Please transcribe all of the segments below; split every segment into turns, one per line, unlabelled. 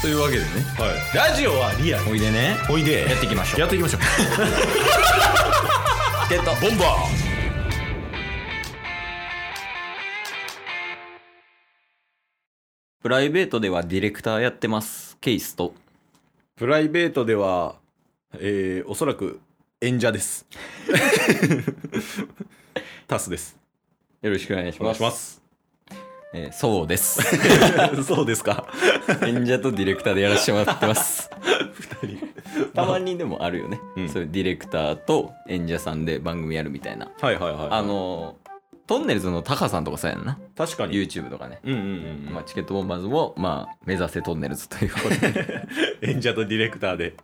というわけでね
はい、ラジオはリアル
おいでね
おいで
やっていきましょう
やっていきましょう
ゲット
ボンバ
プライベートではディレクターやってますケイスと
ープライベートではえー、おそらく演者です タスです
よろしくお願いし
お願
ま
い
す
します
えーそうです
そうですか
演 者とディレクターでやらせてもらってます
2人
たまにでもあるよね、
うん
そういうディレクターと演者さんで番組やるみたいな
はいはいはい、
あのートンネルズのタカさんとかそうやんな
確かに
YouTube とかね、
うんうんうん、
まあ、チケットボンバーズも、まあ、目指せトンネルズということで
演者とディレクターで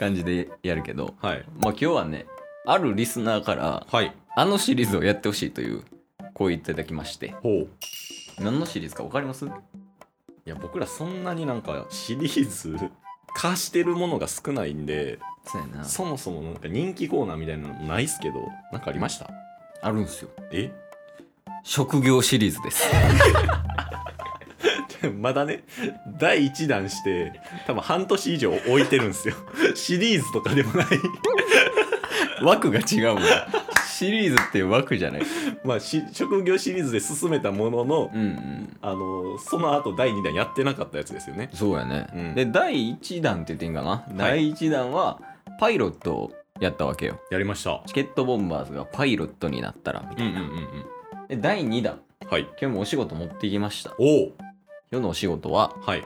感じでやるけど、
はい
まあ、今日はねあるリスナーから
はい
あのシリーズをやってほしいという声いただきまして
ほうい
何のシリーズか分かります
や僕らそんなになんかシリーズ 化してるものが少ないんで
そうやな
そもそもなんか人気コーナーみたいなのないっすけどなんかありました
あるんすよ
え
職業シリーズです
まだね第1弾して多分半年以上置いてるんですよシリーズとかでもない
枠が違うもんシリーズっていう枠じゃない
まあし職業シリーズで進めたものの、
うんうん
あのその後第2弾やってなかったやつですよね
そうやね、
うん
で第1弾って言っていいんかな、第1弾はパイロットをやったわけよ
やりました
チケットボンバーズがパイロットになったらみ
う
た
んう
い
んう
な、
んうん
で第2弾
はい
今日もお仕事持ってきました
おう
今日のお仕事は、
はい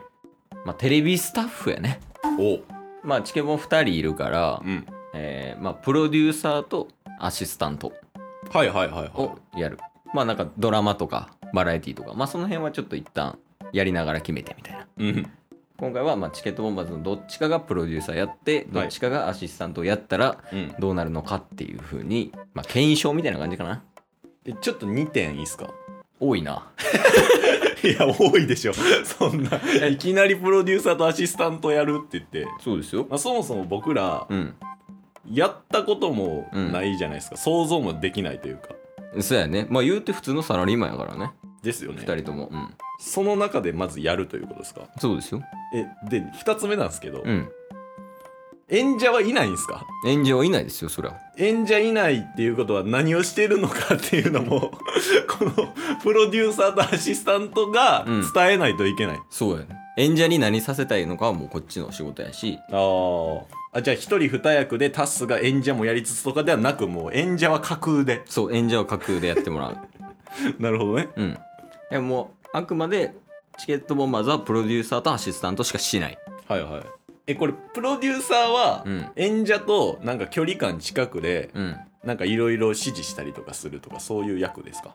まあ、テレビスタッフやね
おう
まあチケボン2人いるから、
うん
えーまあ、プロデューサーとアシスタント
はいはいはいはい
をやるまあなんかドラマとかバラエティとかまあその辺はちょっと一旦やりながら決めてみたいな
うん
今回はまあチケットボンバーズのどっちかがプロデューサーやって
は
ど
い
っちかがアシスタントをやったら
うん
どうなるのかっていうふうに、まあ、検証みたいな感じかな
えちょっと2点いいっすか
多いない
や多いでしょ そんないきなりプロデューサーとアシスタントやるって言って、
そうですよ
まあ、そもそも僕ら
うん
やったこともないじゃないですか、想像もできないというか
そうやねまあ言うて普通のサラリーマンやからね
ですよね
2人ともうん
その中でまずやるということですか
そうですよ
えで2つ目なんですけど、
うん
演者はいないんですか
演者はいないですよそりゃ
演者いないっていうことは何をしてるのかっていうの もこのプロデューサーとアシスタントが
うん
伝えないといけない、あ
そうやね演者に何させたいのかはもうこっちの仕事やし
ーあじゃあ1人2役でタスが演者もやりつつとかではなくもう演者は架空で
そう演者は架空でやって もらう
なるほどね
うんでももうあくまでチケットボンバーズはプロデューサーとアシスタントしかしない
はいはいえこれプロデューサーは
うん
演者となんか距離感近くで
うん
なんかいろいろ指示したりとかするとかそういう役ですか、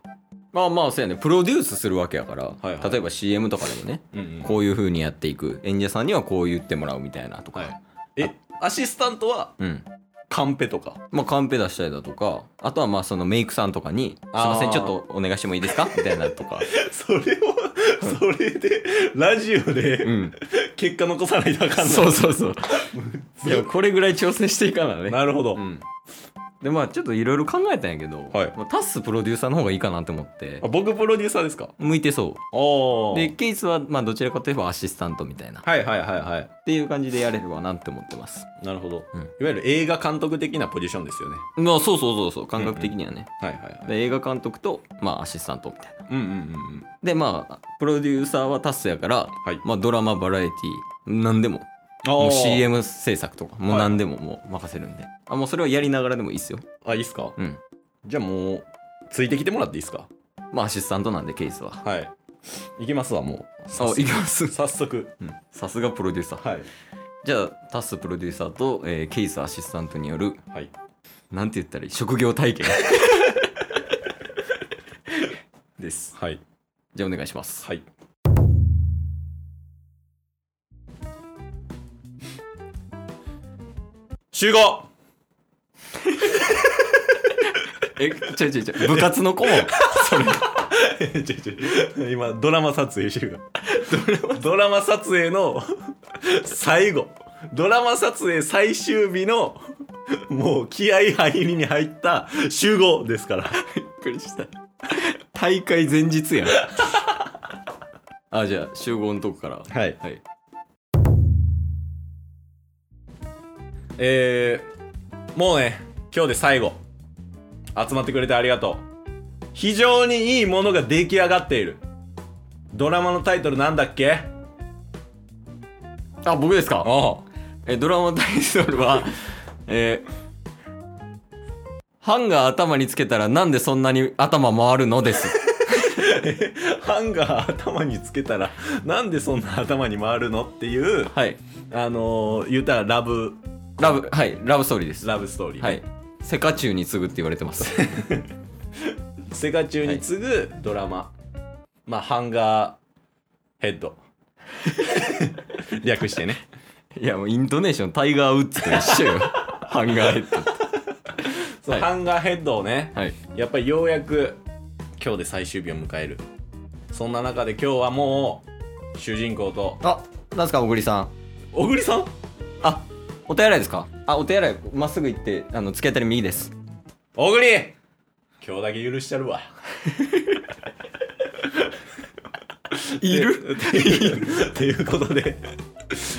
まあまあそうやねプロデュースするわけやから、
いはい
例えば CM とかでもね
うん
こういう風にやっていく演者さんにはこう言ってもらうみたいなとか、
はいえアシスタントは
うん
カンペとか
まあカンペ出したりだとかあとはまあそのメイクさんとかに「すい
あー
ませんちょっとお願いしてもいいですか?」みたいな とか
それをそれでラジオ
う
で
ん
結果残さないとあかんの
そうそう そういやこれぐらい挑戦していかなね
なるほど、
うんでまあちょっといろいろ考えたんやけど、
はい
まあ、タッスプロデューサーの方がいいかなって思って
あ僕プロデューサーですか
向いてそ
お
う
お
でケイスはまあどちらかといえばアシスタントみたいなっ
はいはいはいはい
ていう感じでやれればなって思ってます
なるほど、
うん
いわゆる映画監督的なポジションですよね
まあそうそうそうそう感覚的にはね、
はいはいはい
で映画監督とまあアシスタントみたいな
うんうんうんうん
でまあプロデューサーはタッスやから、
はい
まあ、ドラマバラエティー何でもも
あ
う
ー
CM 制作とかもう
はい
何でももう任せるんで、あもうそれはやりながらでもいいっすよ
あいいっすか
うん
じゃあもうついてきてもらっていいっすか
まあアシスタントなんでケイスは
はいいきますわもう
あいきます
早速
うんさすがプロデューサー
はい
じゃあタスプロデューサーと、えーケイスアシスタントによる
はい
なんて言ったらいい職業体験 です
はい
じゃあお願いします
はい集合
えちょいちょいちょい部活の顧 問
ちょいちょい 今ドラマ撮影してるからドラマ撮影の最後ドラマ撮影最終日のもう気合入りに入った集合ですから
びっくりした大会前日やんあじゃあ集合のとこから
はい
はい
えー、もうね今日で最後集まってくれてありがとう非常にいいものが出来上がっているドラマのタイトルなんだっけ
あ僕ですか
おう
えドラマタイトルはえーハンガー頭につけたらなんでそんなに頭回るのです。
ハンガー頭につけたらなんでそんな頭に回るのっていう
はい。
あのー、言ったらラブ
ラブ、はい、ラブストーリーです。
ラブストーリー、
はい。セカチュウに次ぐって言われてます。
セガ中に次ぐドラマ、まあハンガーヘッド略してね
いや、もうイントネーションタイガーウッズと一緒よ。 ハンガーヘッドって。
そう
はい
ハンガーヘッドをね
はい。
やっぱりようやく今日で最終日を迎えるそんな中で今日はもう主人公と
あ、なんすか、小栗さん。
小栗さん
あ、お手洗いですかあ、お手洗い、まっすぐ行って、あの、付き合ったり右です。
小栗今日だけ許してるわ
い
っていうっていうことで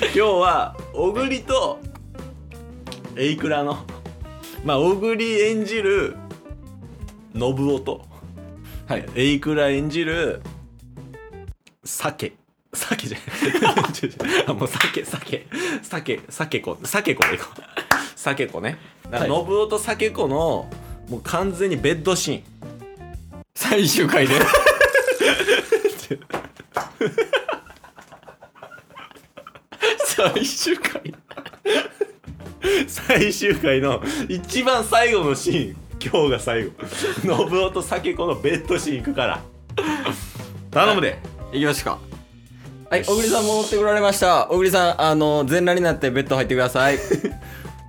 今日は小栗とエイクラのまあ小栗演じる信夫と
はい。
エイクラ演じる鮭鮭じ ゃないちょちょあもう鮭鮭鮭鮭子鮭子でいこう鮭子ねだから
は
信夫と鮭子のもう完全にベッドシーン
最終回で。最終回
最終回の一番最後のシーン今日が最後信夫と酒子のベッドシーン行くから頼むで
いきますか。はい、
よし
小栗さん戻ってこられました。小栗さん、あの、全裸になってベッド入ってくださ い。は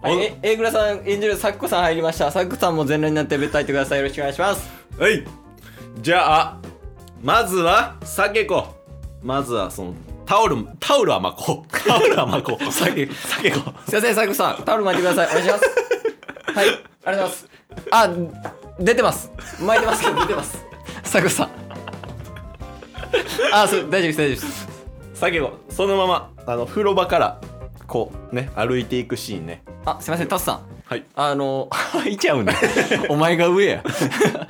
お
い、え、えぐらさん演じるさっこさん入りました。さっこさんも全裸になってベッド入ってください。よろしくお願いします。
はいじゃあまずは酒子まずはそのタオルタオルは巻こうタオルは巻こう 酒酒子
すいません、さっこさん、タオル巻いてください。お願いし ます。はい、ありがとうございます。あ、出てます。巻いてますけど、出てます。さっこさん。あ、そう、大丈夫です、大丈夫です。
酒子そのままあの風呂場からこうね歩いていくシーンね
あ、すいません、タスさん。
はい
あの、 吐いちゃうね。お前が上や。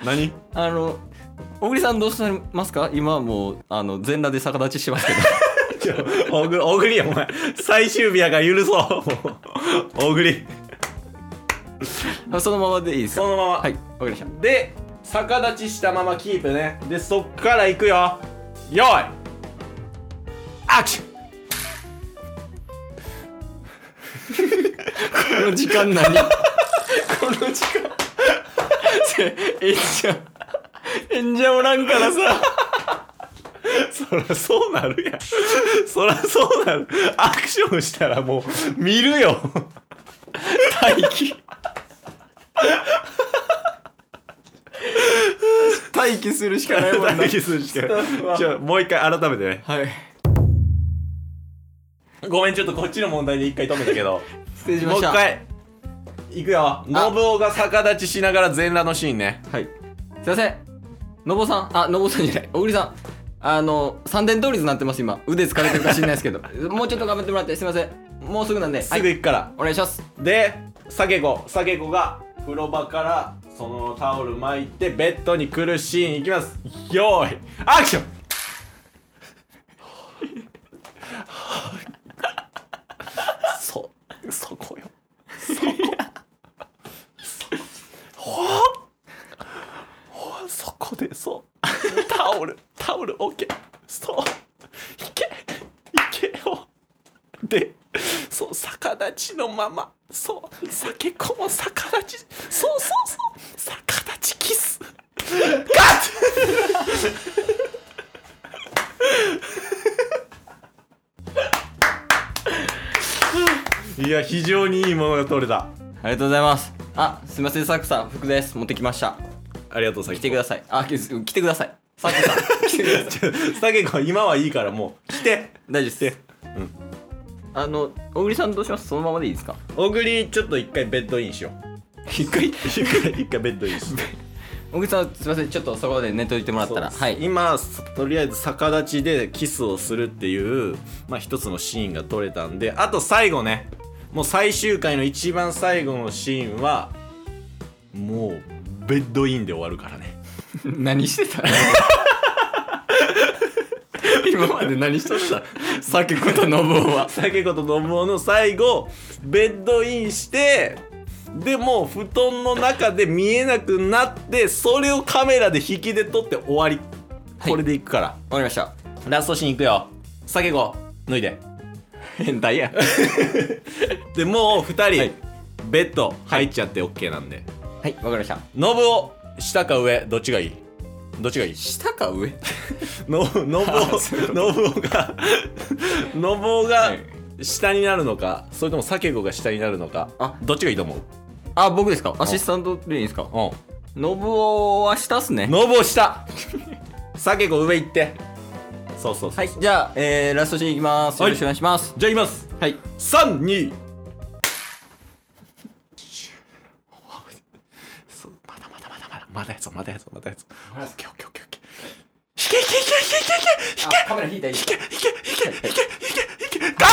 何
あの小栗さんどうされますか今はもうあの全裸で逆立ちしてますけど
ちょおぐおぐりやお前最終日やから許そうもうおぐり
あそのままでいいですか
そのまま
はいわかりました
で逆立ちしたままキープねでそっから行くよよいアクション
この時 間何この時間演者演者おらんからさ
そらそうなるやんそらそうなるアクションしたらもう見るよ
待機待機するしかないもんな
大するしかないちょもう一回改めてね
はい
ごめんちょっとこっちの問題で一回止めたけど
失礼しま
もう
し
一
た
回行くよ信夫が逆立ちしながら全裸のシーンね
はいすいませんのぼさんあのぼさんじゃない小栗さんあの三点倒立になってます今腕疲れてるか知んないですけ どもうちょっと頑張ってもらってすいませんもうすぐなんです
ぐ
はい、
行くから、
お願いします
で酒子酒子が風呂場からそのタオル巻いてベッドに来るシーンいきますよーいアクションそそこよそこほほそこでそうタオルタオルオッケーそういけいけよでそう逆立ちのままそう酒子も逆立ちそうそうそう逆立ちキスカットいや非常にいいものが取れた
ありがとうございますあすいませんサクさん服です持ってきました
ありがとうさ
来てくださいあき来てくださいサクさ ん来てください
酒子今はいいからもう来て
大丈夫です
うん
あの小栗さんどうしますそのままでいいですか
小栗ちょっと一回ベッドインしよう一回一回一回ベッドインしよう
小栗さんすいませんちょっとそこで寝といてもらったら
そう
はい
今とりあえず逆立ちでキスをするっていう、まあ、一つのシーンが撮れたんであと最後ねもう最終回の一番最後のシーンはもうベッドインで終わるからね
何してた 今まで何しとった酒子と信夫は
酒子と信夫の最後ベッドインしてでもう布団の中で見えなくなってそれをカメラで引きで撮って終わり、
はい
これでいくから
わかりました
ラストシーンいくよ酒子脱いで
変態や
でもう2人、
はい
ベッド入っちゃって OK なんで
はいわかりました
信夫下か上どっちがいいどっちがいい
下か上
の信夫
そういう
信夫が 信夫が
はい
下になるのかそれとも酒子が下になるのか
あ
どっちがいいと思う
あ僕ですかアシスタントでいいんですか
うん
信夫は下っすね
ノブを 下酒子上行ってそうそうそう
はいじゃあ、えー、ラストシーンいきますよろしくお願いします
じゃあいきます
はい
32そうまだまだまだまだまだやつまだやつまだやつオッケーオッケーオッケーオッケー引け
あカメラ引いていい
引け引け引け引け引け引け引け引け引けガッ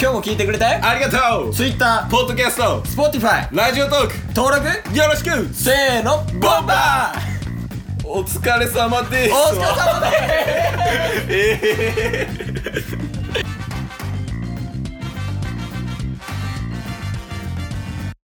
今日も聞いてくれて
ありがとう
Twitter
ポッドキャスト
Spotify
ラジオトーク
登録
よろしく
せーの
ボンバーお疲れ様です
お疲れ様です
ええ